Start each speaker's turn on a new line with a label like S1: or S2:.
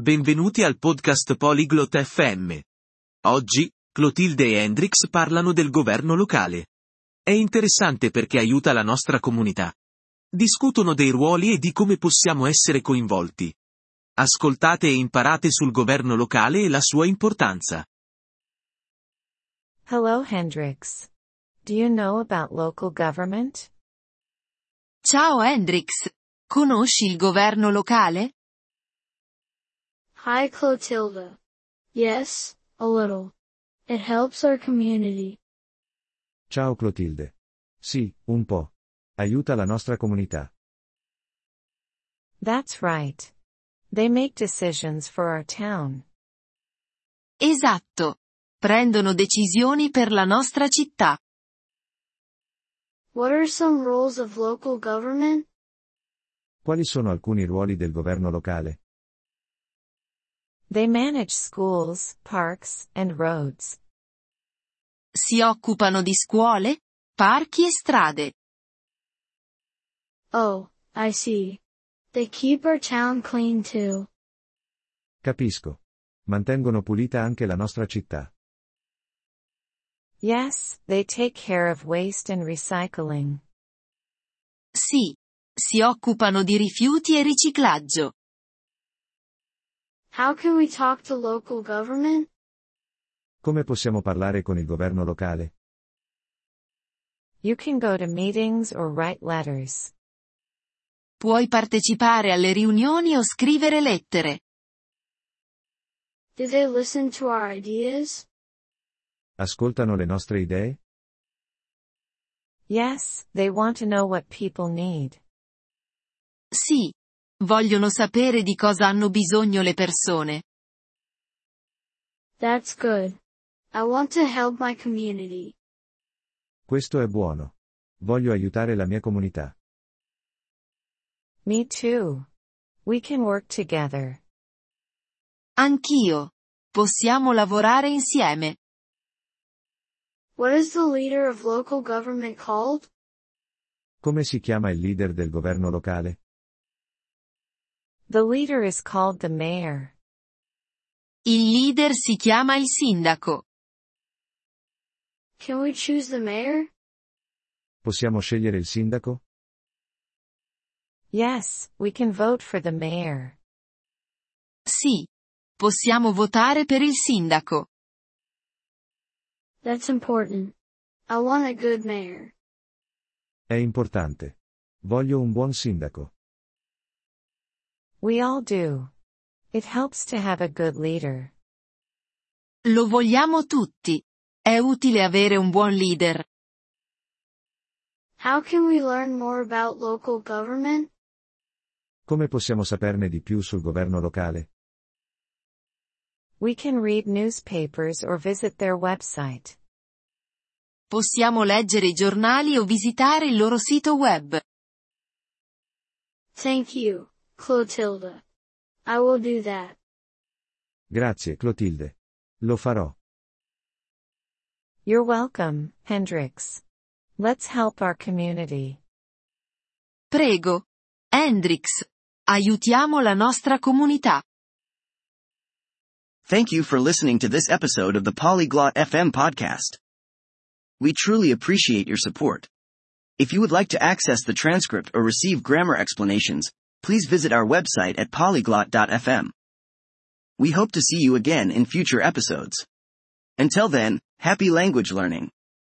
S1: Benvenuti al podcast Polyglot FM. Oggi, Clotilde e Hendrix parlano del governo locale. È interessante perché aiuta la nostra comunità. Discutono dei ruoli e di come possiamo essere coinvolti. Ascoltate e imparate sul governo locale e la sua importanza.
S2: Hello, Hendrix. Do you know about local government?
S3: Ciao Hendrix. Conosci il governo locale?
S4: Hi Clotilda. Yes, a little. It helps our community.
S5: Ciao Clotilde. Sì, un po'. Aiuta la nostra comunità.
S2: That's right. They make decisions for our town.
S3: Esatto. Prendono decisioni per la nostra città.
S4: What are some roles of local government?
S5: Quali sono alcuni ruoli del governo locale?
S2: They manage schools, parks, and roads.
S3: Si occupano di scuole, parchi e strade.
S4: Oh, I see. They keep our town clean too.
S5: Capisco. Mantengono pulita anche la nostra città.
S2: Yes, they take care of waste and recycling.
S3: Sì. Si occupano di rifiuti e riciclaggio.
S4: How can we talk to local government?
S5: Come possiamo parlare con il governo locale?
S2: You can go to meetings or write letters.
S3: Puoi partecipare alle riunioni o scrivere lettere.
S4: Do they listen to our ideas?
S5: Ascoltano le nostre idee?
S2: Yes, they want to know what people need.
S3: Sì. Vogliono sapere di cosa hanno bisogno le persone.
S4: That's good. I want to help my community.
S5: Questo è buono. Voglio aiutare la mia comunità.
S2: Me too. We can work together.
S3: Anch'io. Possiamo lavorare insieme.
S4: What is the leader of local government called?
S5: Come si chiama il leader del governo locale?
S2: The leader is called the mayor.
S3: Il leader si chiama il sindaco.
S4: Can we choose the mayor?
S5: Possiamo scegliere il sindaco?
S2: Yes, we can vote for the mayor.
S3: Sì. Possiamo votare per il sindaco.
S4: That's important. I want a good mayor.
S5: È importante. Voglio un buon sindaco.
S2: We all do. It helps to have a good leader.
S3: Lo vogliamo tutti. È utile avere un buon leader.
S4: How can we learn more about local government?
S5: Come possiamo saperne di più sul governo locale?
S2: We can read newspapers or visit their website.
S3: Possiamo leggere i giornali o visitare il loro sito web.
S4: Thank you, Clotilda. I will do that.
S5: Grazie, Clotilde. Lo farò.
S2: You're welcome, Hendrix. Let's help our community.
S3: Prego. Hendrix. Aiutiamo la nostra comunità.
S6: Thank you for listening to this episode of the Polyglot FM podcast. We truly appreciate your support. If you would like to access the transcript or receive grammar explanations, please visit our website at polyglot.fm. We hope to see you again in future episodes. Until then, happy language learning.